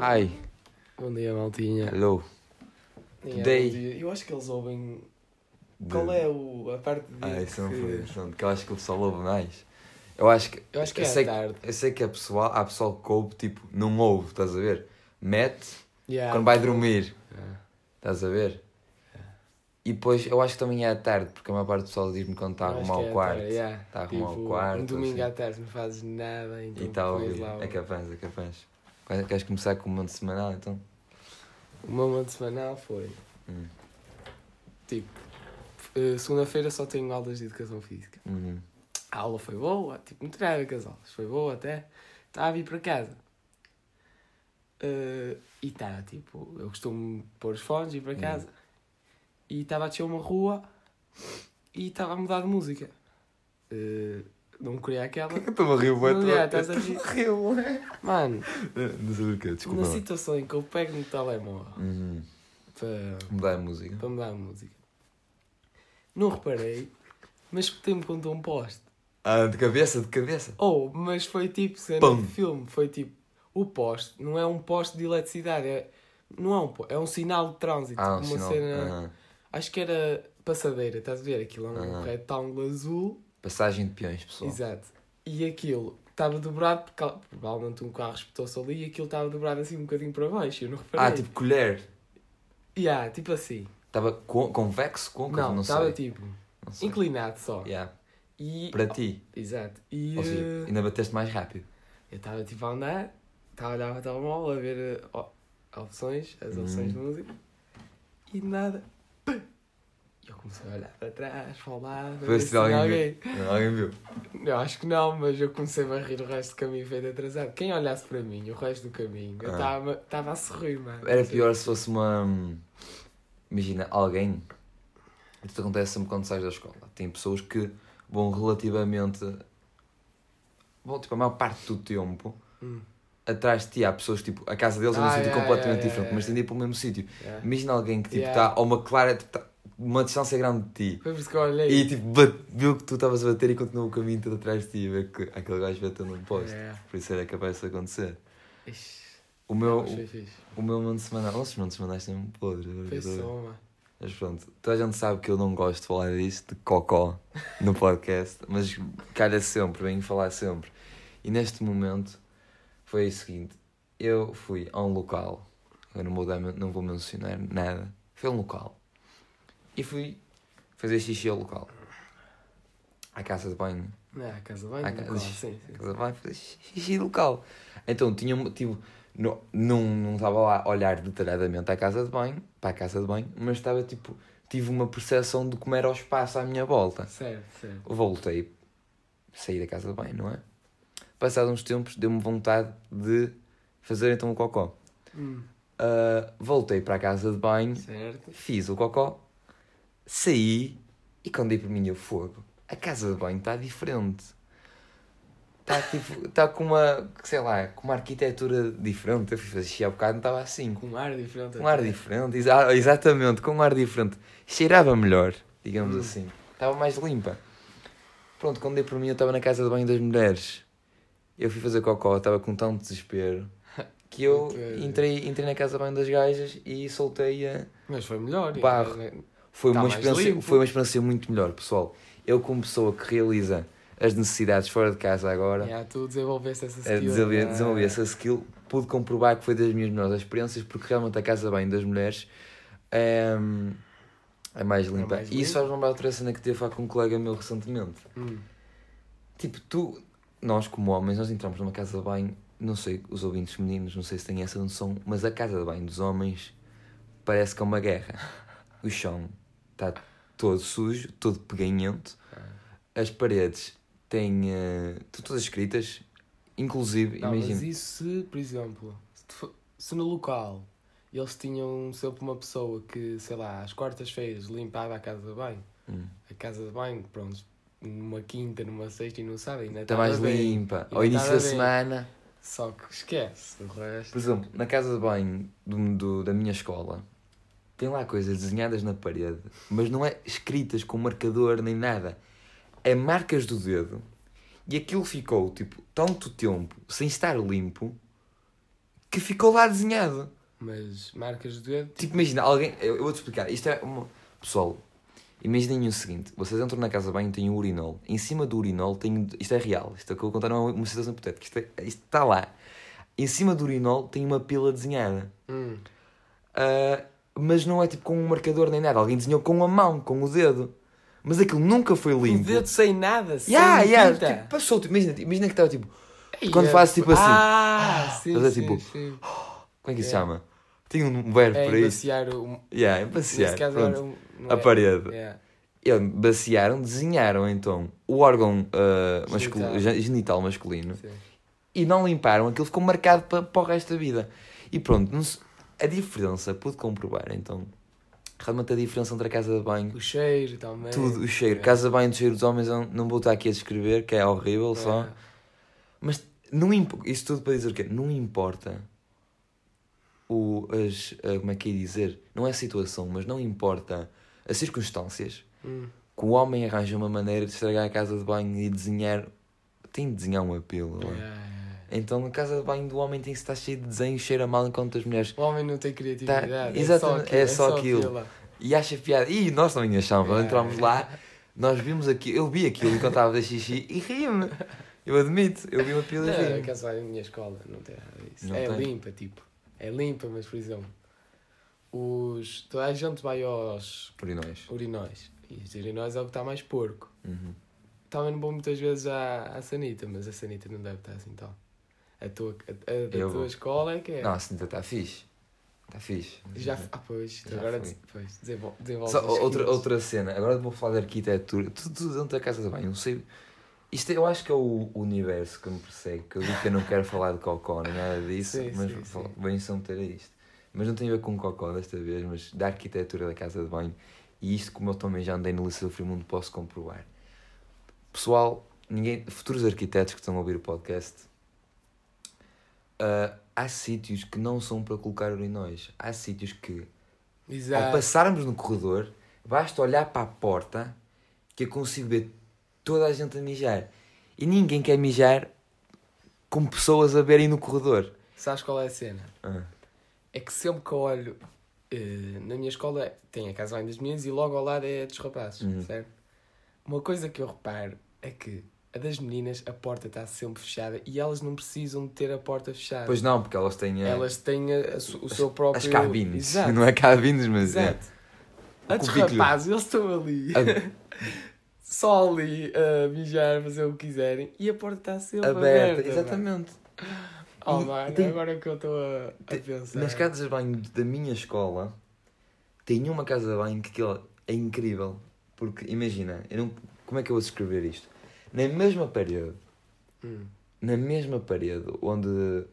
Ai, Bom dia, maltinha. alô. Yeah, Day. bom dia. Eu acho que eles ouvem. De- Qual é o, a parte de. Ah, isso não que- é? foi interessante, que eu acho que o pessoal ouve mais. Eu acho que. Eu acho que é à sei tarde. Eu sei que a pessoal, há pessoal que ouve, tipo, não ouve, estás a ver? Mete Yeah. quando vai dormir, Ah. estás a ver? E depois eu acho que também é à tarde, porque a maior parte do pessoal diz-me quando está a Eu acho tá arrumar o que é à quarto. tarde, yeah. Está a arrumar o Tipo, quarto, Um domingo assim. à tarde não fazes nada, então. E está a pões ouvir. lá o- É capaz, é capaz. Quais- Queres começar com o mundo semanal então? O meu momento semanal foi. Hum. Tipo, eh, segunda-feira só tenho aulas de educação física. Uhum. A aula foi boa, tipo, não tirava com as aulas, foi boa até. Estava a vir para casa. Ah, e estava tipo, eu costumo pôr os fones e ir para Uhum. casa. E estava a descer uma rua e estava a mudar de música. Ah, não queria aquela. Eu estou-me a rir, bué, Não, tu- yeah, estás a rir. Estou-me a rir, Mano, Não sei porquê, desculpa. Tipo, na situação em que eu pego no telemóvel Uhum. para, Mudar a música. para mudar a música, não reparei, mas escutei-me contra um poste. Ah, de cabeça, de cabeça. Oh, mas foi tipo cena Pum. de filme, foi tipo o poste, não é um poste de eletricidade, é, não é um po- é um sinal de trânsito, Ah, um uma sinal. cena, Aham. acho que era passadeira, estás a ver? Aquilo é um Aham. retângulo azul, Passagem de peões, pessoal. exato, e aquilo estava dobrado, porque al- provavelmente um carro espetou-se ali e aquilo estava dobrado assim um bocadinho para baixo, eu não reparei. Ah, tipo colher. Yeah, tipo assim, Estava co- convexo, côncavo, um não, não, não estava sei. tipo Não sei. inclinado só, Yeah. e, Para ti. exato, e... Ou seja, eh, ainda bateste mais rápido. Eu estava tipo a andar, estava a olhar para o telemóvel, a ver eh, ó- opções, as Hum. opções de música, e de nada. pá! E eu comecei a olhar para trás, para o lado, a Foi ver assim, se alguém tinha alguém. Não, alguém viu? Eu acho que não, mas eu comecei a rir o resto do caminho feito atrasado. Quem olhasse para mim o resto do caminho, eu Ah. estava estava a sorrir, mano. Era pior se fosse uma. hum, Imagina, alguém. Isto acontece sempre quando sais da escola. Tem pessoas que vão relativamente. Bom, tipo, a maior parte do tempo. Hum. Atrás de ti há pessoas, tipo, a casa deles é um Ah, sítio yeah, completamente yeah, diferente, yeah, mas tendem para o mesmo sítio. Yeah. Imagina alguém que tipo está Yeah. a uma clara, tipo, tá uma distância grande de ti Foi por É isso que eu olhei. e tipo bate- viu que tu estavas a bater e continuou o caminho todo atrás de ti e vê que aquele gajo bateu num poste. É. Por isso era capaz de acontecer. Ixi, O meu, mas foi o, fixe. o meu mundo semanal, nossos mundos semanais têm um podre. agora que eu estou Foi a ver. só, mano. Mas pronto, toda a gente sabe que eu não gosto de falar disto, de cocó, no podcast, mas calha sempre, venho falar sempre. E neste momento foi o seguinte: eu fui a um local, eu não vou, dar, não vou mencionar nada, foi a um local e fui fazer xixi ao local. À casa de banho, Não, a casa Ah, bem, casa- não sim, sim. à casa de banho, fazer xixi local. Então tinha um motivo, não, não, não estava lá a olhar detalhadamente à casa de banho, para a casa de banho, mas estava tipo, tive uma percepção de como era o espaço à minha volta. Certo, certo. Voltei, saí da casa de banho, não é? Passados uns tempos, deu-me vontade de fazer então o cocó. Hum, Ah, voltei para a casa de banho, certo. fiz o cocó, saí e quando dei por mim o fogo, a casa de banho está diferente. Está tipo, está com uma, sei lá, com uma arquitetura diferente. Eu fui fazer xixi há bocado, não estava assim. Com um ar diferente. Um ar diferente, exa- exatamente, com um ar diferente. Cheirava melhor, digamos Hum. assim. Estava mais limpa. Pronto, quando dei por mim, eu estava na casa de banho das mulheres. Eu fui fazer cocó, estava com tanto desespero que eu Ok. entrei, entrei na casa de banho das gajas e soltei a. Mas foi melhor. e- Barro. Foi, Tá uma mais experiência, limpo. foi uma experiência muito melhor, pessoal. Eu, como pessoa que realiza as necessidades fora de casa agora, Yeah, tu desenvolveste essa a skill. desenvolver, né? desenvolver essa skill, pude comprovar que foi das minhas melhores experiências, porque realmente a casa bem das mulheres é, é mais limpa. mais e isso limpa. faz-me lembrar outra cena que teve a falar com um colega meu recentemente. Hum, Tipo, tu, nós como homens, nós entramos numa casa de banho, não sei, os ouvintes meninos, não sei se têm essa noção, mas a casa de banho dos homens parece que é uma guerra. O chão tá está todo sujo, todo peganhento, Ah. as paredes têm eh, estão todas escritas, inclusive, não, mas imagina. isso se, por exemplo, se, tu fo- se no local eles tinham sempre uma pessoa que, sei lá, às quartas-feiras limpava a casa de banho, Hum. a casa de banho, pronto, numa quinta, numa sexta e não sabe, ainda Está estava tá mais bem. limpa. E Ao início tava da bem. semana. Só que esquece o resto. Por exemplo, na casa de banho do- do- da minha escola, tem lá coisas desenhadas na parede, mas não é escritas com marcador nem nada. É marcas do dedo e aquilo ficou, tipo, tanto tempo sem estar limpo que ficou lá desenhado. Mas marcas de dedo. Tipo, imagina, alguém. Eu, eu vou-te explicar. Isto é uma. Pessoal, imaginem o seguinte: vocês entram na casa de banho e têm um urinol. Em cima do urinol tem. Isto é real. Isto é o que eu vou contar não é uma situação hipotética. Isto, é- isto está lá. Em cima do urinol tem uma pila desenhada. Hum. Ah, mas não é tipo com um marcador nem nada. Alguém desenhou com a mão, com o dedo. Mas aquilo nunca foi limpo. O dedo sem nada, sem Yeah, yeah, tinta. tipo, passou, tipo, imagina, imagina que estava tipo. Ei, quando é- faz tipo assim. Ah, sim, Mas é sim, tipo- sim. Como é que se É. chama? Tinha um verbo É para isso. embaciar o... Yeah, Nesse embaciar. caso é, pronto. era um... não A é- parede. É. Eles baciaram, desenharam então o órgão ah, mascul- Genital. gen- genital masculino sim. e não limparam, aquilo ficou marcado para, para o resto da vida. E pronto, não se- a diferença, pude comprovar então, realmente a diferença entre a casa de banho, O cheiro também. tudo, o cheiro, É. casa de banho, o cheiro dos homens, eu não vou estar aqui a descrever, que é horrível só. É. Mas não imp- isso tudo para dizer o quê? Não importa o, as, ah, como é que é dizer, não é a situação, mas não importa as circunstâncias Hum. que o homem arranja uma maneira de estragar a casa de banho e desenhar. Tem de desenhar um uma pílula. É. Então a casa de banho do homem tem que estar cheia de desenho, cheira mal enquanto as mulheres. O homem não tem criatividade. Tá, é só exatamente, aquilo. é só aquilo. aquilo. E acha piada. E nós também achamos, quando É. entramos lá, nós vimos aquilo, eu vi aquilo enquanto estava a fazer xixi e ri-me. Eu admito, eu vi uma pílula e Não, é a ri-me. casa vai na minha escola, não tem nada disso. assim. Não é tem. limpa, tipo. É limpa, mas por exemplo, os... toda a gente vai aos Por nós. urinóis. E os urinóis é o que está mais porco. Uhum. Também não vou muitas vezes à, à sanita, mas a sanita não deve estar assim tal. A tua, a, a da Eu tua vou. escola é que é. Não, assim está fixe. Está fixe. Já, f- ah, pois, Uhum. Já agora fui. depois, desenvol- desenvolve Só as outra, skills. outra cena, agora vou falar de arquitetura, tudo, tudo dentro da casa de banho, não sei. Isto é- eu acho que é o universo que me persegue, que eu digo que eu não quero falar de cocó nem nada disso, Sim, mas sim, vou sim. falar- venho só meter a isto. Mas não tem a ver com cocó desta vez, mas da arquitetura da casa de banho, e isto como eu também já andei no Liceu do Frimundo posso comprovar. Pessoal, ninguém, futuros arquitetos que estão a ouvir o podcast, ah, há sítios que não são para colocar urinóis, há sítios que ao Exato. passarmos no corredor, basta olhar para a porta que eu consigo ver toda a gente a mijar. E ninguém quer mijar com pessoas a verem no corredor. Sabes qual é a cena? Ah. É que sempre que eu olho eh, na minha escola tem a casa bem das minhas e logo ao lado é a dos rapazes, Uhum. certo? Uma coisa que eu reparo é que a das meninas a porta está sempre fechada e elas não precisam de ter a porta fechada. Pois não, porque elas têm eh, Elas têm a- a su- o seu próprio. as cabines. Exato. Não é cabines, mas é. Exato. A dos cubículo. rapazes, eles estão ali. Ab- Só ali a mijar, fazer o que quiserem e a porta está sempre aberta. aberta. Exatamente. mano. Oh, E- mano, tem- agora é que eu estou a, a Tem- pensar. Nas casas de banho da minha escola, tem uma casa de banho que aquilo é incrível. Porque, imagina, eu não, como é que eu vou descrever isto? Na mesma parede Hum. na mesma parede onde.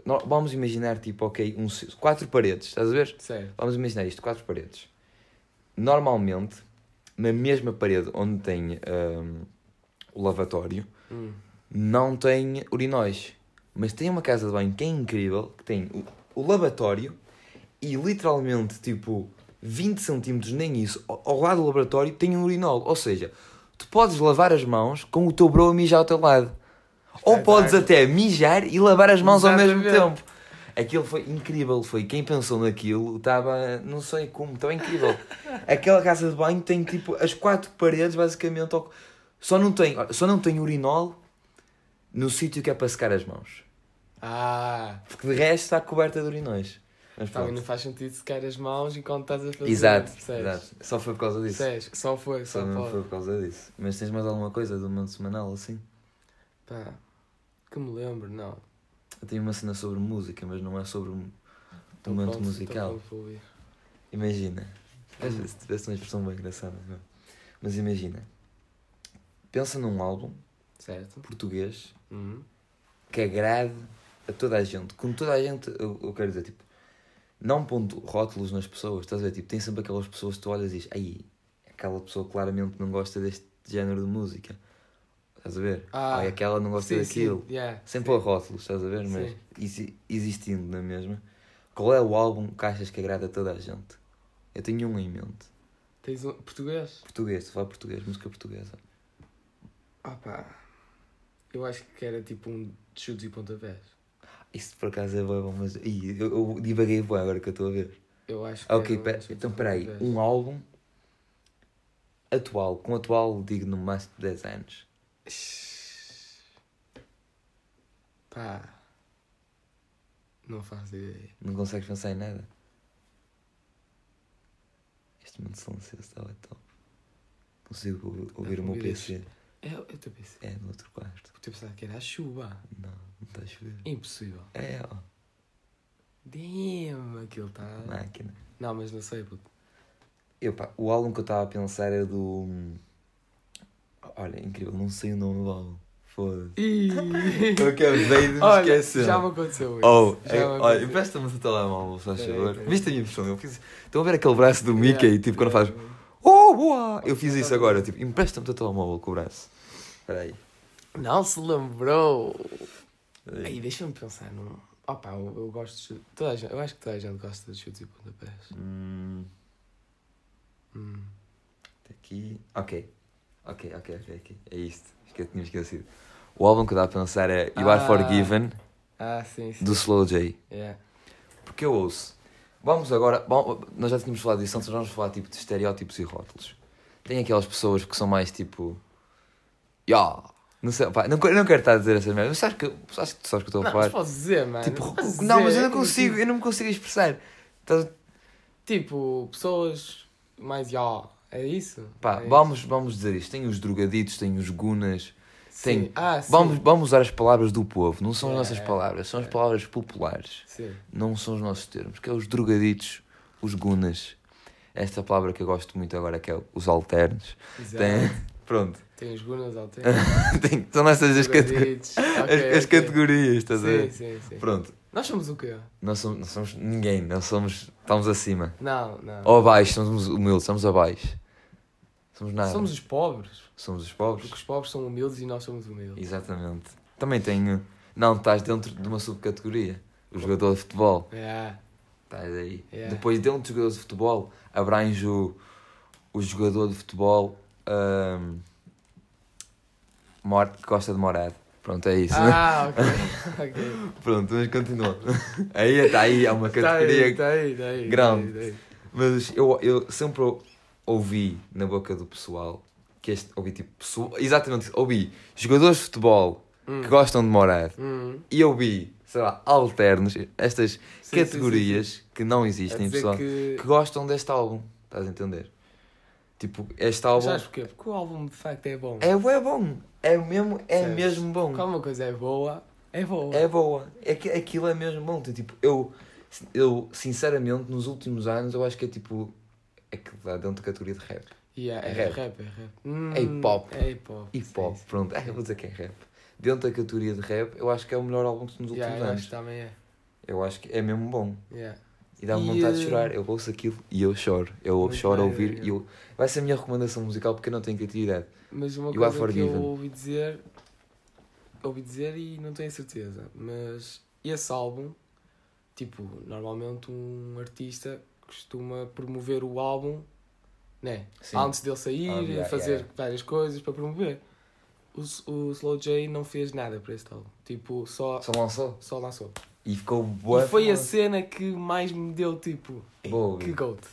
nó- Vamos imaginar, tipo, ok, um, ci- quatro paredes, estás a ver? Sério. Vamos imaginar isto, quatro paredes. Normalmente, na mesma parede onde tem hum, o lavatório, Hum. não tem urinóis. Mas tem uma casa de banho que é incrível, que tem o, o lavatório e literalmente, tipo, 20 centímetros, nem isso, ao, ao lado do laboratório tem um urinol. Ou seja, tu podes lavar as mãos com o teu bro a mijar ao teu lado. Ou Espetáculo. podes até mijar e lavar as mãos ao mesmo Exatamente. tempo. Aquilo foi incrível, foi. Quem pensou naquilo estava, não sei como, estava incrível. Aquela casa de banho tem tipo as quatro paredes basicamente. ao- Só não tem, só não tem urinol no sítio que é para secar as mãos. Ah, Porque de resto está coberta de urinóis. Mas também pronto. não faz sentido secar as mãos enquanto estás a fazer. Exato, percebes? exato. Só foi por causa disso. Percebes? Só foi, só Só não foi pode. por causa disso. Mas tens mais alguma coisa do mundo semanal assim? Pá, que me lembro, não. Eu tenho uma cena sobre música, mas não é sobre um Tô momento pronto, tô musical. pronto para ouvir. Imagina. É Às vezes tivesse uma expressão bem engraçada. não é? Mas imagina. Pensa num álbum Certo? português Hum. que agrade a toda a gente. Com toda a gente, eu, eu quero dizer, tipo, não pondo rótulos nas pessoas, estás a ver? Tipo, tem sempre aquelas pessoas que tu olhas e dizes, aí, aquela pessoa claramente não gosta deste género de música. Estás a ver? Ah, Ah, aquela não gosta sim, daquilo. Sim, yeah, Sem sim. pôr rótulos, estás a ver? Mas Sim. exi- existindo na mesma. Qual é o álbum que achas que agrada a toda a gente? Eu tenho um em mente. Tens um português? Português, tu fala português, música portuguesa. Ah pá, eu acho que era tipo um de chutes e pontapés. Isto por acaso é bué bom, mas. Ih, eu, eu divaguei bué agora que eu estou a ver. Eu acho que. Ok, é, pera- acho que então são peraí. dez. Um álbum atual. Com um atual digo no máximo 10 anos. Pá. Não faço ideia. Não consegues pensar em nada. Este mundo silencioso estava top. Consigo ou- ouvir o meu ouvir este. PC. É, eu até pensei. É no outro quarto. Eu pensava que era a chuva. Não, não está a chover. Impossível. É, ó. Damn, aquilo tá. Máquina. Não, mas não sei, puto. Eu, pá, o álbum que eu estava a pensar era do. Olha, incrível, não sei o nome do álbum. Foda-se. Ih! Eu acabei de me Olha, esquecer. já me aconteceu isso. Oh, já é, me olha, aconteceu. empresta-me o teu telemóvel, se faz Peraí, favor. peraí. Viste a minha impressão? Eu fiz. Estão a ver aquele braço do Mickey, Yeah, tipo, quando faz. yeah. Oh, boa! Eu fiz isso agora, tipo, empresta-me o teu telemóvel com o braço. Espera aí. Não se lembrou. espera aí. Aí, deixa-me pensar num. Opa, eu, eu gosto de chute. Toda a gente, eu acho que toda a gente gosta de chutes e pontapés. Hum, Hum. tá aqui. Ok. Ok, ok, ok, ok. É isto. Acho que eu tinha esquecido. O álbum que eu estava a pensar é You Are Ah. Forgiven, Ah, sim, sim. é. do Slow J. Yeah. Porque eu ouço. Vamos agora. Bom, nós já tínhamos falado disso antes, nós vamos falar tipo de estereótipos e rótulos. Tem aquelas pessoas que são mais tipo. Ya! Não sei, pá, não, quero- não quero estar a dizer essas merdas, mas sabes que, eu- sabes que tu sabes que eu estou Não, a mas falar? posso dizer, mano. tipo, posso o- não, mas eu dizer, não consigo, eu não me consigo expressar. Estás- Tipo, pessoas mais ó. É isso? pá, É isso? vamos, vamos dizer isto. Tem os drogaditos, tem os gunas. Sim. tem- Ah, sim. Vamos, vamos usar as palavras do povo, não são as É, nossas é, palavras, são as é. palavras populares. Sim. não são os nossos termos, que é os drogaditos, os gunas. Esta palavra que eu gosto muito agora que é os alternos. Exato. Tem, pronto, Tem os gunas ao tempo. tem, são essas as, catego- as, as categorias, estás a Sim, ver? sim, sim. Pronto, Nós somos o quê? nós somos, não somos ninguém, nós somos, estamos acima. Não, não. Ou abaixo, somos humildes, estamos abaixo. Somos nada. somos os pobres. Somos os Porque pobres. os pobres são humildes e nós somos humildes. Exatamente. Também tenho. Não, estás dentro de uma subcategoria. O jogador de futebol. É. Estás aí. Yeah. Depois dentro dos jogadores de futebol, abrange o, o jogador de futebol ahm, mor- que gosta de morar. Pronto, é isso. Ah, ok. ok. Pronto, mas continua. aí está aí, há uma Tá aí, categoria. tá aí, tá aí. grande. tá aí, tá aí. Mas eu, eu sempre ou- ouvi na boca do pessoal que este, ouvi tipo, pessoa, exatamente, isso, ouvi jogadores de futebol Hum. que gostam de morar Hum. e ouvi, sei lá, alternos, estas Sim, categorias que não sim, sim. Quer existem, dizer pessoal. que- que gostam deste álbum. Estás a entender? Tipo, este álbum Sabes porquê? Porque o álbum de facto é bom. é bué bom. É mesmo, é Sabes? mesmo bom. Porque alguma coisa é boa, é boa. É boa. É que aquilo é mesmo bom. Tipo, eu, eu sinceramente nos últimos anos eu acho que é tipo é que dá dentro da categoria de rap. Yeah, é, É rap. rap. é rap. Hum, É hip hop. É hip hop. Hip hop, sim, sim. pronto. É, eu vou dizer que é rap. Dentro da categoria de rap, eu acho que é o melhor álbum dos últimos Yeah, eu acho anos. que também é. Eu acho que é mesmo bom. Yeah. E dá-me E, vontade de eh, chorar. Eu ouço aquilo e eu choro. Eu muito choro a bem, ouvir e Daniel. eu. Vai ser a minha recomendação musical porque eu não tenho criatividade. Mas uma You are coisa que forgiven. eu ouvi dizer, ouvi dizer e não tenho certeza, mas esse álbum, tipo, normalmente um artista costuma promover o álbum, né? Sim. Antes dele sair, Ah, yeah, fazer yeah. várias coisas para promover. O, S- o Slow J não fez nada para este álbum, tipo, só, Só lançou. só lançou. E ficou boa. e foi a cena que mais me deu, tipo, "Ei, Vou ouvir." que goat.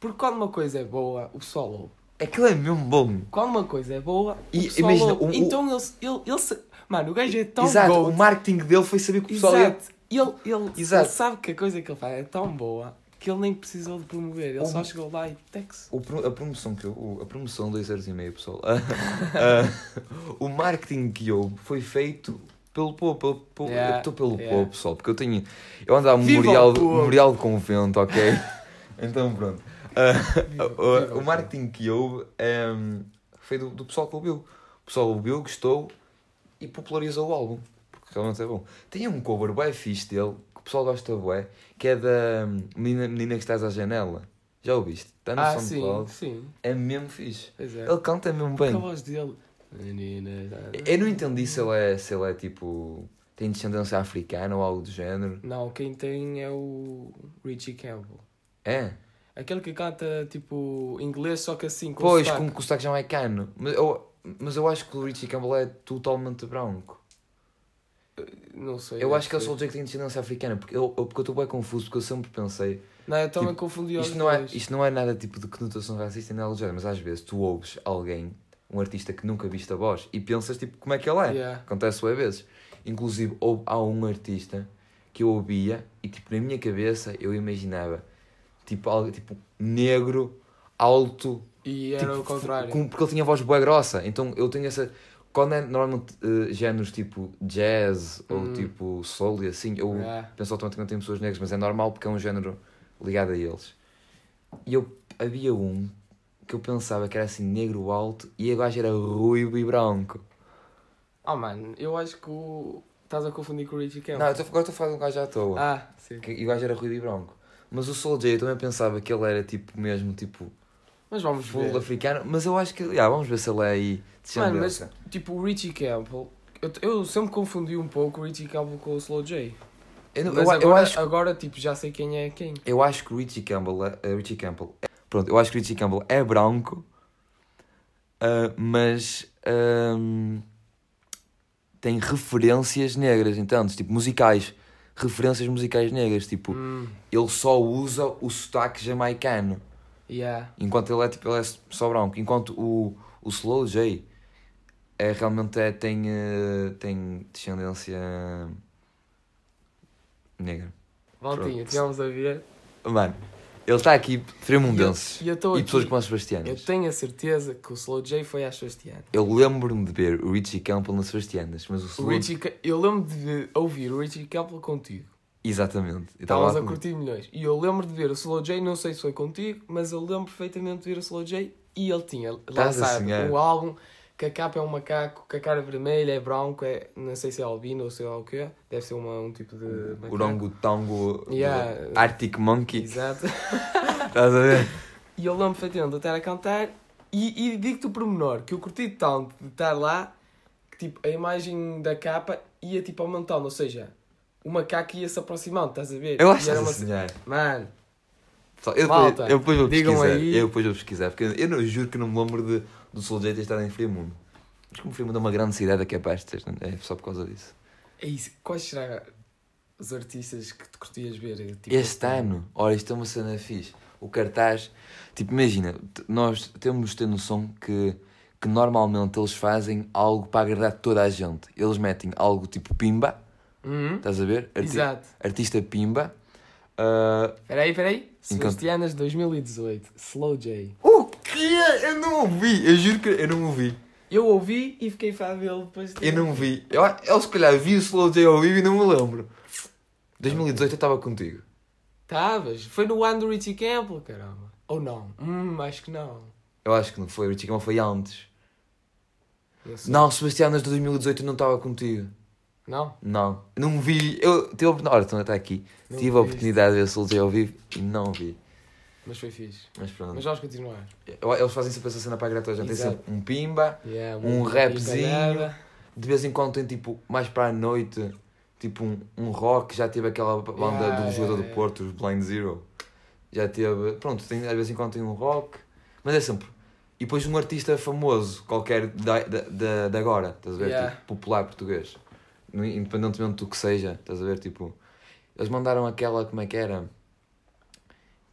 Porque quando uma coisa é boa, o solo Aquilo é mesmo bom. quando uma coisa é boa, o E pessoal imagina, ouve. o- o- então ele, ele, ele se- Mano, o gajo é tão Exato, bom. o marketing dele foi saber que o pessoal ia. Exato. Ele, ele, Exato. ele sabe que a coisa que ele faz é tão boa que ele nem precisou de promover. Ele O- só chegou lá e tex. O pro- a promoção que eu, o- a promoção 2 euros e meio, pessoal. Ah, o marketing que houve foi feito pelo povo, pelo, pelo, Yeah, eu estou pelo yeah. povo, pessoal, porque eu tenho eu ando ao Viva o memorial, de- povo! memorial de convento, ok? então pronto. Ah, Viva, o- viva, o, marketing que houve ehm, foi do, do pessoal que ouviu. O pessoal ouviu, gostou e popularizou o álbum, porque realmente é bom. Tem um cover bué fixe dele, que o pessoal gosta bué, que é da hum, menina, menina que estás à janela. Já ouviste? Está no Ah, sim, SoundCloud. sim. É mesmo fixe. Pois é. Ele canta mesmo Com a bem. voz dele. Menina. Eu não entendi se ele é, se ele é tipo. tem descendência africana ou algo do género. Não, quem tem é o Richie Campbell. É? Aquele que canta tipo inglês, só que assim, com pois, sotaque. com que o sotaque já não é cano. Mas eu, mas eu acho que o Richie Campbell é totalmente branco. Não sei. Eu deve acho que eles ser. vão dizer que têm descendência africana, porque eu eu- porque eu estou bem confuso, porque eu sempre pensei. Não, eu também tipo, confundi os Isto não, é, dois. isto não é nada tipo de conotação racista nem nada do género, mas às vezes tu ouves alguém, um artista que nunca viste a voz, e pensas tipo como é que ele é. Yeah. Acontece bué vezes. Inclusive, houve, há um artista que eu ouvia e, tipo, na minha cabeça eu imaginava, tipo, algo, tipo negro, alto... E era tipo, o contrário. com- porque ele tinha voz bué grossa. Então, eu tenho essa... Quando é normalmente eh, géneros tipo jazz Hum. ou tipo soul e assim, eu Yeah. penso automaticamente que tem pessoas negras, mas é normal porque é um género ligado a eles. E eu... Havia um que eu pensava que era assim negro alto e a gajo era ruivo e branco. Oh, mano, eu acho que o... estás a confundir com o Richie Campbell. Não, eu tô, agora estou a falar de um gajo à toa. Ah, sim. Que- E o gajo era ruivo e branco. Mas o Soul J eu também pensava que ele era tipo mesmo tipo Mas vamos full ver. africano, mas eu acho que. Ah, vamos ver se ele é aí Mano, descendente. mas tipo, o Richie Campbell. Eu, eu sempre confundi um pouco o Richie Campbell com o Slow J. eu, não- Mas eu, agora, eu acho, agora, tipo, já sei quem é quem. eu acho que o Richie Campbell é. é Richie Campbell é- pronto, eu acho que o Richie Campbell é branco, ah, mas ahm, tem referências negras, entende? Tipo, musicais. Referências musicais negras. Tipo, Hum, ele só usa o sotaque jamaicano. yeah. Enquanto ele é tipo, ele é só branco. Enquanto o, o Slow J é, realmente é, tem, eh, tem descendência negra. Voltinha, Pronto. estivemos a ver. Mano, ele está aqui tremundenses. E Um E, eu estou aqui. pessoas como as Eu Sebastianas. tenho a certeza que o Slow J foi às Sebastianas. Eu, lembro-me de ver o Richie Campbell nas Sebastianas, mas o O Slow Richie, Ca- eu lembro de ouvir o Richie Campbell contigo. Exatamente. Eu tava Estávamos tá lá a com- curtir milhões. E eu lembro de ver o Slow J, não sei se foi contigo, mas eu lembro perfeitamente de ver o Slow J e ele tinha Estás a lançado sonhar. um álbum que a capa é um macaco, que a cara é vermelha, é branco, é, não sei se é albino ou sei lá o que deve ser uma- um tipo de. macaco. Orangotango, Yeah. eh, do eh, Arctic Monkey. Exato. Estás a ver? E eu lembro perfeitamente de estar a cantar e, e digo-te o pormenor, que eu curti tanto de estar lá, que tipo, a imagem da capa ia tipo aumentando, ou seja, o macaco ia se aproximando, estás a ver? Eu E acho que era estás a uma- sonhar. Mano, Pessoal, eu, Malta, depois, eu depois vou digam pesquisar. aí. Eu depois vou pesquisar, porque eu, não, eu juro que não me lembro de, do Soldier ter estado em Friamundo. Mas como Friamundo é uma grande cidade, é capaz de ter, não é? É só por causa disso. é isso. Quais serão os artistas que tu curtias ver? Tipo, este ano, olha, isto é uma cena fixe. O cartaz, tipo, imagina, t- nós temos de ter noção que, que normalmente eles fazem algo para agradar toda a gente. Eles metem algo tipo Pimba, Uhum. estás a ver? Arti- Exato. Artista Pimba. Ah, Peraí, peraí. Enquanto- Sebastianas 2018, Slow J. o quê? Eu não ouvi, eu juro que eu não ouvi. Eu ouvi e fiquei fã dele depois de- Eu não vi. Eu, eu se calhar vi o Slow J ao vivo e não me lembro. 2018 eu estava contigo. Estavas? Tá, Foi no ano do Richie Campbell, caramba. Ou não? Hum, acho que não. Eu acho que não foi, o Chicken foi antes. Não. sei. Não, Sebastianas de 2018 eu não estava contigo. Não? Não. Não vi. Eu tive a oportunidade. Ora, então está aqui. Não tive a viste. oportunidade de ver o Slow J ao vivo e não vi. Mas foi fixe. Mas pronto. Mas vamos continuar. Eu- Eles fazem sempre essa cena para a gratuita. Já tem Exato. sempre um pimba. Yeah, Um uma rapzinho. picalhada. De vez em quando tem tipo, mais para a noite, tipo um, um rock. Já teve aquela banda Yeah, do jogador yeah, do yeah. Porto, os Blind Zero. Já teve. Pronto, tem, às vezes em quando tem um rock. Mas é sempre. E depois um artista famoso, qualquer da, da, da, de agora, estás a ver? Yeah. Tipo, popular português. No- Independentemente do que seja, estás a ver? Tipo, eles mandaram aquela, como é que era?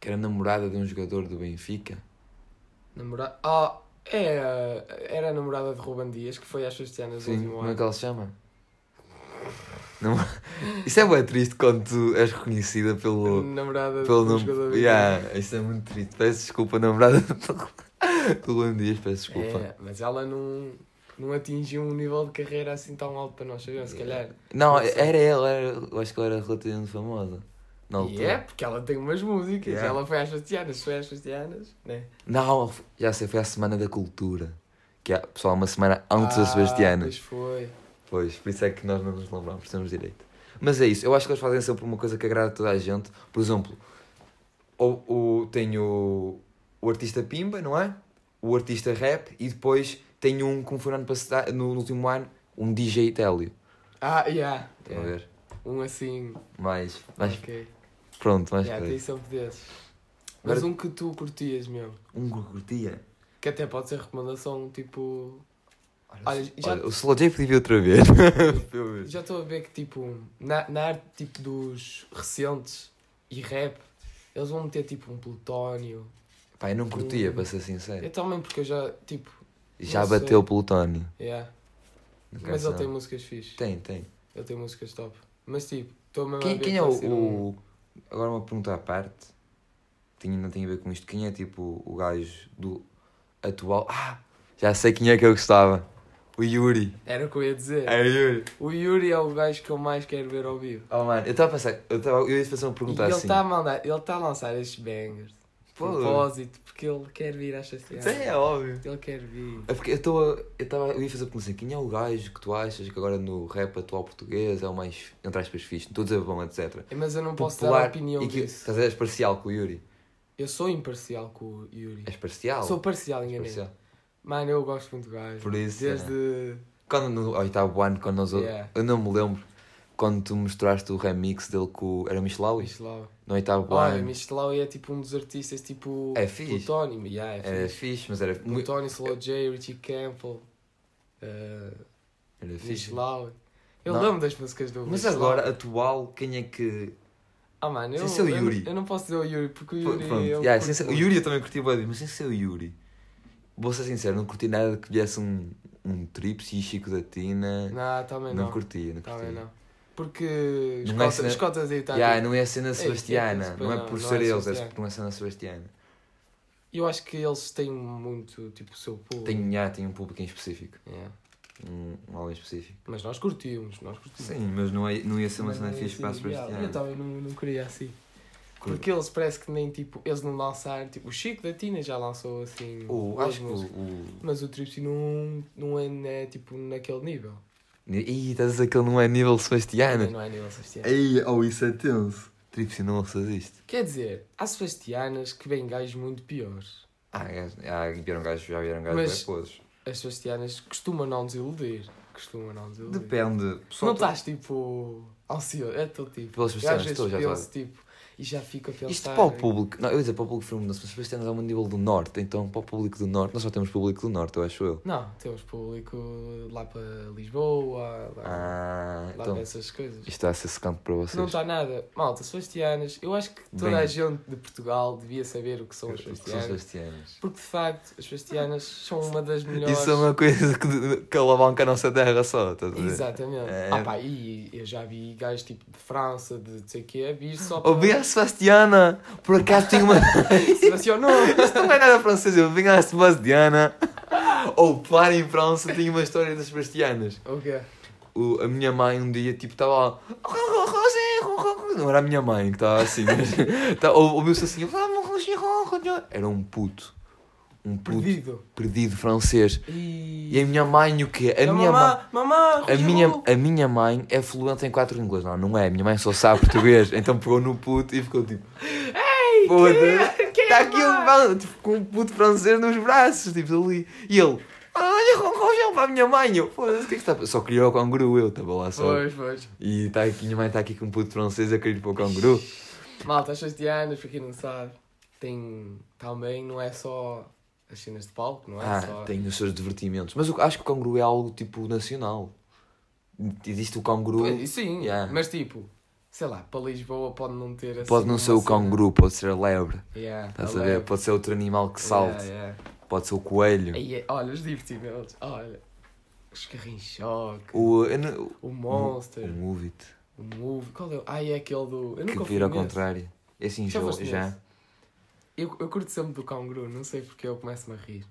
Que era namorada de um jogador do Benfica. Namorada. Ah, é, era a namorada de Ruben Dias que foi às Sebastianas no Sim, último como é ano. que ela se chama? Não- Isso é bem triste quando tu és reconhecida pelo, Namorada pelo do nome. jogador do Yeah, isso é muito triste. Peço desculpa, namorada do- do Luan Dias, peço desculpa. É, mas ela não, não atingiu um nível de carreira assim tão alto para nós sabermos, se calhar. Não, Não sei. era ela, era- eu acho que ela era relativamente famosa. Na e altura. é, porque ela tem umas músicas. Yeah. Ela foi às Sebastianas, foi às Sebastianas, né? Não, já sei, foi a Semana da Cultura. Que é, pessoal, uma semana antes das Ah, um Sebastianas. Pois foi. Pois, por isso é que nós não nos lembramos, temos direito. Mas é isso, eu acho que eles fazem sempre uma coisa que agrada a toda a gente. Por exemplo, o, o, tem o, o artista Pimba, não é? O artista rap e depois tem um, como foi no, ano passado, no, no último ano, um DJ Télio. Ah, yeah. Estão a ver? Um assim. Mais, mais ok. pronto, mais Yeah, por É, tem aí. sempre desses. Mas Agora- um que tu curtias mesmo. Um que eu curtia. Que até pode ser recomendação tipo Olha, já- Olha, o Slow J podia vir outra vez. Pelo menos. Já estou a ver que, tipo, na, na arte tipo, dos recentes e rap, eles vão meter, tipo, um plutónio. Pá, eu não curtia, para ser sincero. Eu também, porque eu já, tipo, Já não sei. bateu o Plutónio. yeah. na Mas ele canção. tem músicas fixe. Tem, tem. Ele tem músicas top. Mas, tipo, estou mesmo a Quem, ver quem que é vai o, ser um- o- Agora uma pergunta à parte. Tinha, não tem a ver com isto. Quem é tipo o gajo do atual. Ah! Já sei quem é que eu gostava. O Yuri. Era o que eu ia dizer. É o Yuri. O Yuri é o gajo que eu mais quero ver ao vivo. Oh mano, eu estava a pensar. Eu, tava, eu ia te fazer uma E pergunta ele assim. está a mandar, ele está a lançar estes bangers. De Pô. propósito, porque ele quer vir às Isso aí chateadas. é óbvio. Ele quer vir. É porque eu estou Eu, tava, eu ia fazer a pergunta assim. Quem é o gajo que tu achas que agora no rap atual português é o mais. Entre aspas, fixe? Não estou a dizer bom, etc. É, Mas eu não posso dar a opinião e que, disso. Estás a dizer, és parcial com o Yuri. É Eu sou imparcial com o Yuri. És parcial? Sou parcial, És enganei. parcial. Mano, eu gosto muito do gajo. Por isso, né? Desde. Quando no oitavo ano, quando nós. Yeah. Eu não me lembro quando tu mostraste o remix dele com. Era Michelau? Michelau. No oitavo Olha, ano. Michelau é tipo um dos artistas tipo. É fixe. Plutónimo. Yeah, é Era fixe. fixe, mas era. muito Plutónimo, Slow J, Richie Campbell. Uh, Era fixe. Michelau. Eu Não. lembro das músicas do Mas Michelau. agora, atual, quem é que. Ah, mano, eu, Sem ser o eu- Yuri. Eu, não posso dizer o Yuri porque o Pô, Yuri. Pronto. eu Yeah, curto sem ser- O muito. Yuri eu também curti o mas sem ser o Yuri. Vou ser sincero, não curti nada que viesse um, um Trips e Chico da Tina. Não, também não. Não curtia, não Também curtia. não. Porque. Não é escota- cena- Escotas aí, tá? Yeah, não é a cena isso é sebastiana, príncipe, não é não, por não ser é eles, é sebastiano. porque não é cena sebastiana. Eu acho que eles têm muito, tipo, o seu público. Tem, yeah, tem um público em específico, Yeah. um, um álbum em específico. Mas nós curtimos, nós curtimos. Sim, mas não, é, não ia ser uma Mas cena não ia fixe ser para a ideal. Sebastiana. Eu também não, não queria assim. Curto. Porque eles parece que nem tipo, eles não lançaram, tipo, o Chico da Tina já lançou assim. O, duas acho que músicas. o. o... Mas o Tripsy não, não é, né, tipo naquele nível. Ih, estás a dizer que ele não é nível Também Sebastiana? não é nível Sebastiano. Ei, oh, isso é tenso. Tripsi, não ouças isto. Quer dizer, há Sebastianas que vêm gajos muito piores. Ah, gajo- ah, vieram gajos, já vieram gajos Mas- bem podres. As Sebastianas costumam não desiludir. Costumam não desiludir. Depende. Não Pessoal, estás tipo ansioso, é teu tipo. Pelas Eu às Sebastianas, vezes estou, já estou. penso, tipo, e já fico a pensar. Isto é para o público. Não, eu ia dizer para o público filme, mas Sebastiana é um nível do norte, então para o público do norte, nós só temos público do norte, eu acho eu. Não, temos público lá para Lisboa, lá, Ah, Tá. lá então. para essas coisas. Isto vai ser secante para vocês. Não está nada. Malta, Sebastianas, eu acho que toda Bem. a gente de Portugal devia saber o que são as Porque São Sebastianas. Sebastianas. Porque de facto, as Sebastianas são uma das melhores. Isso é uma coisa que, que alavanca a nossa terra só, estás a ver? Exatamente. É. Ah pá, e eu já vi gajos tipo de França, de não sei o quê, a vir só para. Ouvi a Sebastiana, por acaso tinha uma. Sebastianou! Isto não é nada francês, eu vim à Sebastiana. Ou para em França tinha uma história das Sebastianas. O quê? O, a minha mãe um dia tipo estava lá. Não era a minha mãe que estava assim, mas tá- ou- ouviu-se assim. Era um puto. Um puto perdido, Perdido. francês. E. E a minha mãe o quê? A Não, minha mãe. mamá, mamá, A Roger minha, Roux. a minha mãe é fluente em quatro inglês. Não, não é. A minha mãe só sabe português. então pegou no puto e ficou tipo... Ei, é Está aqui um ba- tipo, com um puto francês nos braços, tipo, ali. E ele... Olha com rojão para a minha mãe. Eu, foda-se, o que é que está... Só criou o canguru, eu estava lá só. Pois, pois. E tá aqui, minha mãe está aqui com um puto francês a querer ir para o canguru. Malta, as Sebastianas, para quem não sabe, tem também, não é só as cenas de palco, não é Ah, só. tem os seus divertimentos. Mas eu acho que o canguru é algo, tipo, nacional. Existe o canguru... Pois, É, Sim, Yeah. mas tipo, sei lá, para Lisboa pode não ter assim. Pode não uma ser o cena- canguru, pode ser a lebre. Yeah, Estás a a ver? leve. Pode ser outro animal que salte. Yeah, Pode ser o coelho. yeah. Aí é- olha, os divertimentos, olha. Os Carrinchoque, o, O, eu não- o o Monster, Move It, o Move, qual é o. Ah, é aquele do. Eu Uhum. que nunca vira ao fui nesse. contrário. Esse Já enjoo foste já. nesse? Eu, eu curto sempre do canguru, não sei porque eu começo-me a rir.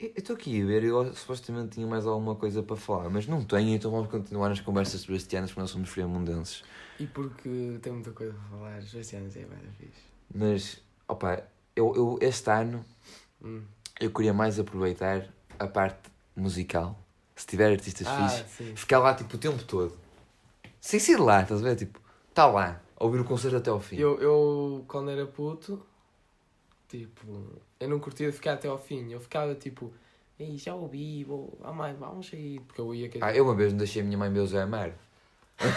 Eu estou aqui a ver, eu supostamente tinha mais alguma coisa para falar, mas não tenho, então vamos continuar nas conversas sebastianas porque nós somos friamundenses. E porque tem muita coisa para falar, os Sebastianas é bem fixe. Mas, opa, eu, eu este ano Hum. eu queria mais aproveitar a parte musical. Se tiver artistas Ah, fixes, sim. ficar lá tipo o tempo todo. Sem ser lá, estás a ver? Tipo, está lá, a ouvir o concerto até ao fim. Eu, eu, quando era puto, tipo, eu não curtia ficar até ao fim. Eu ficava tipo, Ei, já ouvi, vou, ah, mãe, vamos aí. Porque eu ia querer. Ah, eu uma vez não deixei a minha mãe ver o Zé Amar. Mas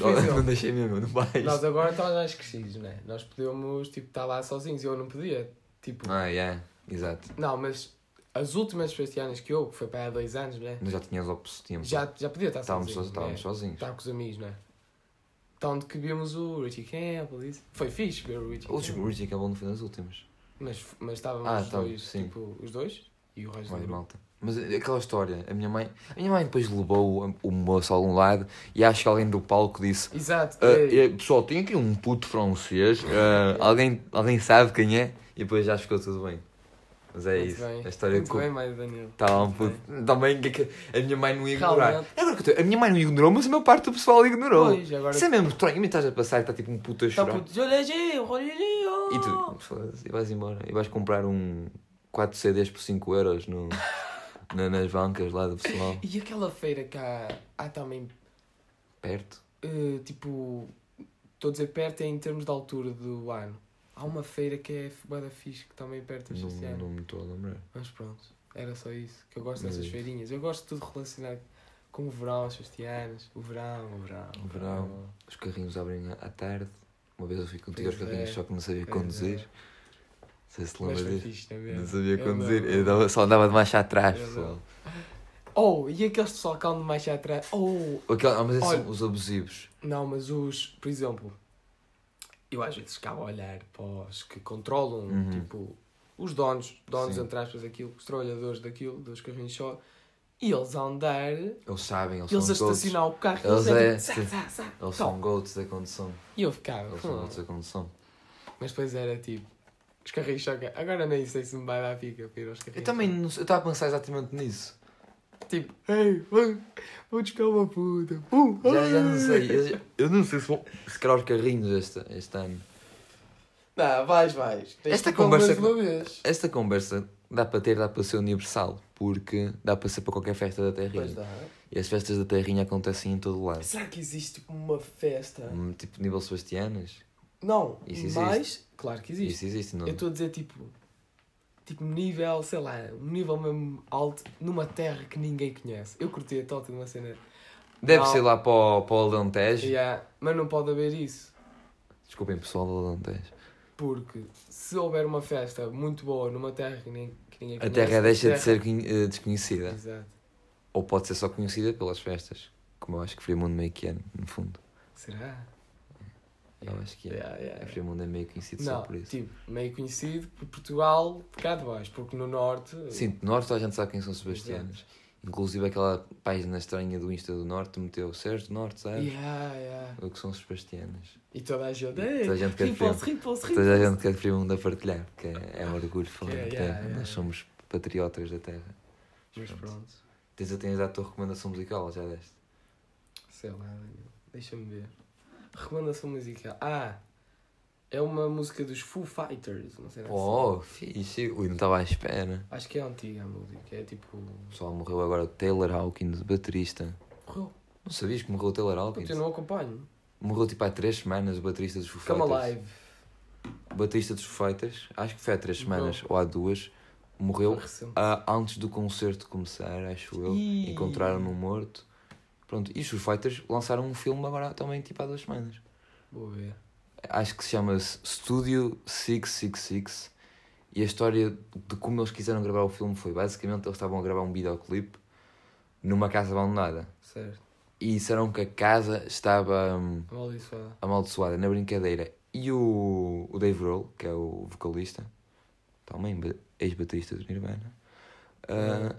não, foi isso. não deixei mesmo, não vais. Nós agora estamos mais crescidos, né? Nós tá podíamos, tipo, estar lá sozinhos. Eu não podia. Tipo, Ah, yeah, exato. não, mas As últimas festianas que houve, que foi para aí há dois anos, né? Mas já tinhas ao tempo. Já, já podia estar estávamos, sozinho. so- estávamos né? sozinhos. Estar com os amigos, né? Tanto que vimos o Richie Campbell isso. Foi fixe ver o Richie O Campbell. Richie acabou no fim das últimas. Mas, mas estávamos Ah, os tá, dois, sim. tipo, os dois e o resto do Olha, grupo. malta. Mas aquela história, a minha mãe. A minha mãe depois levou o, o moço a algum lado e acho que alguém do palco disse. Exato. "Ah, ei, eh, pessoal, tem aqui um puto francês. ah, alguém, alguém sabe quem é? E depois já ficou tudo bem. Mas é muito isso. bem. A história de Muito bem, mais Danilo. Estava um Muito puto. bem. Também que- que a minha mãe não ia ignorar. Realmente. Agora que eu tô- a minha mãe não ignorou, mas a maior parte do pessoal ignorou. Pois, agora... Isso é mesmo estranho. E me estás a passar e está tipo um puto a Então, chorar. puto, olha aí, olha aí, oh. E tu foda-se, e vais embora. E vais comprar um 4 CDs por 5 euros no, na- nas bancas lá do pessoal. E aquela feira que há, há também, Perto. eh, tipo, estou a dizer perto é em termos de altura do ano. Há uma feira que é bué da fixe, que também é perto Não, deste ano. não me estou a lembrar. Mas pronto, era só isso. Que eu gosto Mas é dessas isso. feirinhas. Eu gosto de tudo relacionado com o verão, as festianas. O verão, o verão. O verão. Os carrinhos abrem à tarde. Uma vez eu fui contigo aos Pois é. carrinhos, só que não sabia Pois conduzir. é. Não sei se te Mas lembra foi disso. fixe, não é Não mesmo? sabia Eu conduzir. lembro. Eu dava- só andava de marcha atrás, Eu pessoal. Oh, e aqueles pessoal que andam mais atrás? Oh, Aquela- ah, mas esses Olha. são os abusivos. não, mas os, por exemplo, eu às vezes ficava a olhar para os que controlam, Uhum. tipo, os donos, donos Sim. entre aspas daquilo, os trabalhadores daquilo, dos carrinhos só, e eles a andar, e Eles sabem, eles, eles a são goats. estacionar o carro, e Eles eles, é- a tipo, sim. zá, zá, zá. Eles Então, são goats da condução. E eu ficava, Eles são hum. goats da condução. Mas depois era tipo, os carrinhos choca. Agora nem sei se me vai dar pica para ir aos carrinhos. Eu também não sei- eu estava a pensar exatamente nisso. Tipo, ei, vou, vou buscar uma puta. Pum, Já, já não ai." sei. Eu, já- eu não sei se vão. Se calhar os carrinhos este, este ano. Não, vais, vais. Tens Esta que ir conversa mais Uma vez. Esta conversa dá para ter, dá para ser universal. Porque dá para ser para qualquer festa da Pois Terrinha. dá. E as festas da Terrinha acontecem em todo o lado. Será que existe tipo, uma festa? Hum, Tipo nível Sebastianas. Não, Isso existe. mas, claro que existe. Isso existe, não? é? Eu estou a dizer tipo, tipo nível, sei lá, um nível mesmo alto, numa terra que ninguém conhece. Eu curti a tota de uma cena. Deve Não. ser lá para o, para o Alentejo. Yeah, mas não pode haver isso. Desculpem, pessoal do Alentejo. Porque se houver uma festa muito boa numa terra que, nem, que ninguém A conhece, terra deixa de terra- ser conhe- eh, desconhecida. Exato. Ou pode ser só conhecida pelas festas. Como eu acho que Fremundo meio que é, no fundo. Será? Eu acho que é. Yeah, yeah, yeah. Fremundo é meio conhecido Não, só por isso. tipo, meio conhecido por Portugal de cá de baixo, porque no norte. Sim, do Norte toda a gente sabe quem são os Sebastianos. Inclusive aquela página estranha do Insta do Norte meteu Sérgio do Norte, sabe? Yeah, yeah. O que são os Sebastianos. E toda a gente. Toda a Ei, gente quer Ripples, Fremundo. Ripples, Toda a Ripples. gente quer Fremundo a partilhar, porque é é um orgulho falar Que é, da yeah, terra. yeah, Nós yeah. somos patriotas da terra. Mas pronto, Tens, tens dado a tua recomendação musical, ou já deste? sei lá, Daniel. deixa-me ver. Recomendação musical. Ah, é uma música dos Foo Fighters, não sei lá. é. Oh, fixe. Ui, não estava à espera. Acho que é antiga a música, é tipo. O pessoal morreu agora o Taylor Hawkins, baterista. Morreu. Não sabias que morreu o Taylor Hawkins? Puta, Eu não acompanho. Morreu tipo há 3 semanas o baterista dos Foo Come Fighters. Alive. O baterista dos Foo Fighters, acho que foi há 3 Morreu. semanas ou há duas, morreu Foi recente. Ah, antes do concerto começar, acho eu, Ih. encontraram-no morto. Pronto, e os Foo Fighters lançaram um filme agora também, tipo há duas semanas. Vou ver. Acho que se chama-se Studio 666. E a história de como eles quiseram gravar o filme foi basicamente eles estavam a gravar um videoclipe numa casa abandonada. Certo. E disseram que a casa estava hum, Amaldiçoada. amaldiçoada na brincadeira. E o, o Dave Grohl, que é o vocalista, também ba- ex-baterista do Nirvana, ah, ah,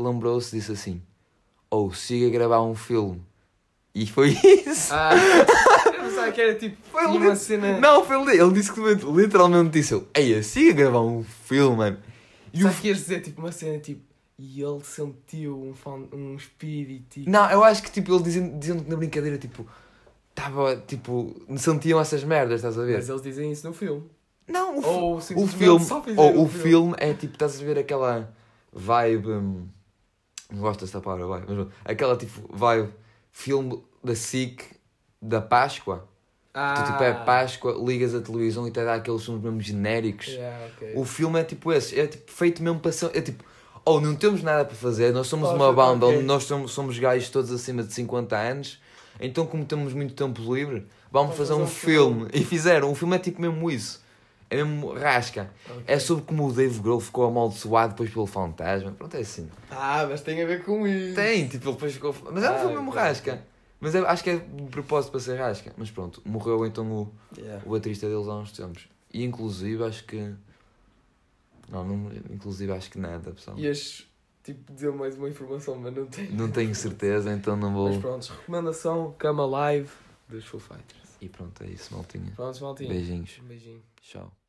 lembrou-se disso assim: ou siga a gravar um filme. E foi isso. Ah! eu pensava que era tipo. Foi Foi uma lindo. cena. Não, foi ele. Ele disse que literalmente disse: eu, Ei, siga a gravar um filme, mano. E o Sabe que ias dizer tipo uma cena tipo. E ele sentiu um, fan- um espírito. e- Não, eu acho que tipo, ele dizendo, dizendo que na brincadeira, tipo, estava, tipo, sentiam essas merdas, estás a ver? Mas eles dizem isso no filme. Não, o, fi- Ou o simplesmente filme, só fizeram ou o um filme é tipo, estás a ver aquela vibe. hum, não gosto desta palavra, vai, mas aquela tipo vibe, filme da SIC da Páscoa. Ah, Tu tipo é Páscoa, ligas a televisão e te dá aqueles filmes mesmo genéricos. Yeah, ok. O filme é tipo esse, é tipo feito mesmo para ser. É tipo, oh, não temos nada para fazer, nós somos Oh, uma banda ok. onde nós somos, somos gajos todos acima de 50 anos, então como temos muito tempo livre, vamos fazer, um, filme. E fizeram, o filme é tipo mesmo isso. É mesmo rasca. É sobre como o Dave Grohl ficou amaldiçoado depois pelo fantasma. Pronto, é assim. Ah, mas tem a ver com isso. Tem, tipo, ele depois ficou. Mas é um Ah, filme mesmo ok. rasca. Mas é- acho que é de propósito para ser rasca. Mas pronto, morreu então o, Yeah. o baterista deles há uns tempos. E inclusive acho que. Não, não inclusive acho que nada, pessoal. Ias tipo, dizer mais uma informação, mas não tenho. Não tenho certeza, então não Mas vou. pronto, recomendação: Cama Live dos Full Fighters. E pronto, é isso, maltinha. Pronto, maltinho. Beijinhos. Um beijinho. Tchau.